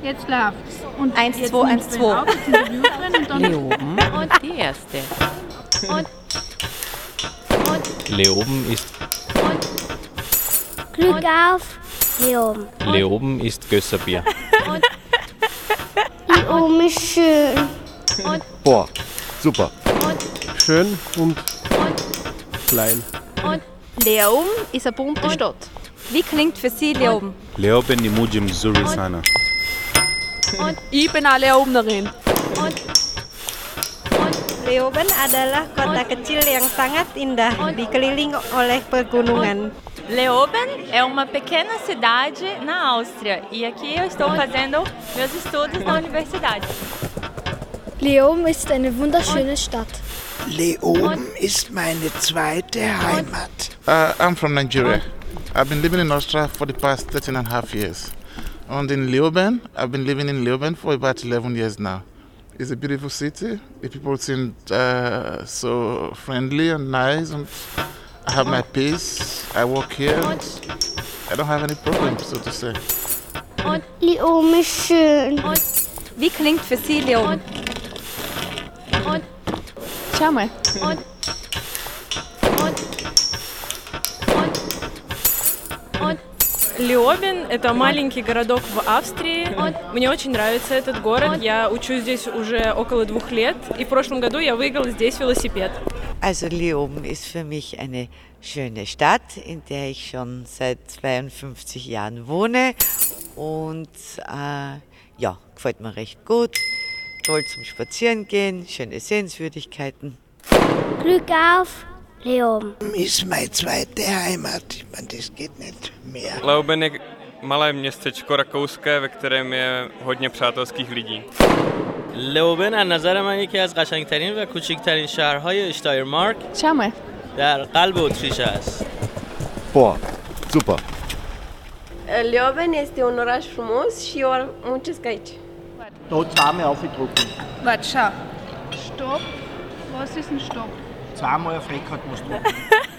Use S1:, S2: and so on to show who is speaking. S1: Jetzt läuft's. Und
S2: Eins,
S1: jetzt
S2: zwei,
S1: nimmst
S2: eins,
S1: du ihn
S2: zwei.
S1: auf, jetzt interviewt du ihn und dann
S3: Hier oben.
S4: Und die erste. Und,
S5: Leoben ist,
S4: und,
S6: Glück auf, hier oben.
S5: Leoben ist Gösserbier.
S6: Hier oben ist schön.
S7: Boah, super.
S4: und,
S7: Schön und klein.
S2: Leoben ist eine bunte Stadt. Wie klingt für Sie Leoben?
S8: Leoben ni mji mzuri sana.
S9: Ich bin eine Leobnerin.
S10: Leoben adalah kota kecil yang sangat indah dikeliling oleh pegunungan.
S4: Leoben é uma pequena cidade na Áustria. E aqui eu estou fazendo meus estudos na universidade.
S6: Leoben ist eine wunderschöne Stadt.
S11: Leoben ist meine zweite Heimat.
S12: Uh, I'm from Nigeria. I've been living in Austria for the past 13 and a half years. And in Leoben, I've been living in Leoben for about 11 years now. It's a beautiful city. The people seem uh, so friendly and nice. And I have my peace. I work here. I don't have any problems, so to say.
S6: Leoben ist schön.
S2: Wie klingt für Sie Leoben?
S3: Schau mal.
S9: Леобин – это маленький городок в Австрии. Мне очень нравится этот город. Я учусь здесь уже около двух лет. И в прошлом году я выиграла здесь велосипед.
S11: Also Leoben ist für mich eine schöne Stadt, in der ich schon seit 52 Jahren wohne. Und äh, ja, gefällt mir recht gut. Toll zum Spazierengehen, schöne Sehenswürdigkeiten.
S6: Glück auf, Leoben.
S11: Ist meine zweite Heimat. Ich meine, das geht nicht mehr.
S13: Leoben je malé městečko rakouské, ve kterém je hodně přátelských lidí.
S14: لوبن از نظر من یکی از قشنگترین و کوچکترین شهرهای اشتایرمارک
S3: Schau mal.
S14: در قلب اتریش است
S7: Boah, super.
S15: Eh, Leoben este un oraș frumos și eu ar- muncesc aici.
S16: Da zweimal aufgedruckt.
S1: Warte, schau. Stopp. Was ist ein Stopp?
S16: Zweimal eine Frechheit musst du machen.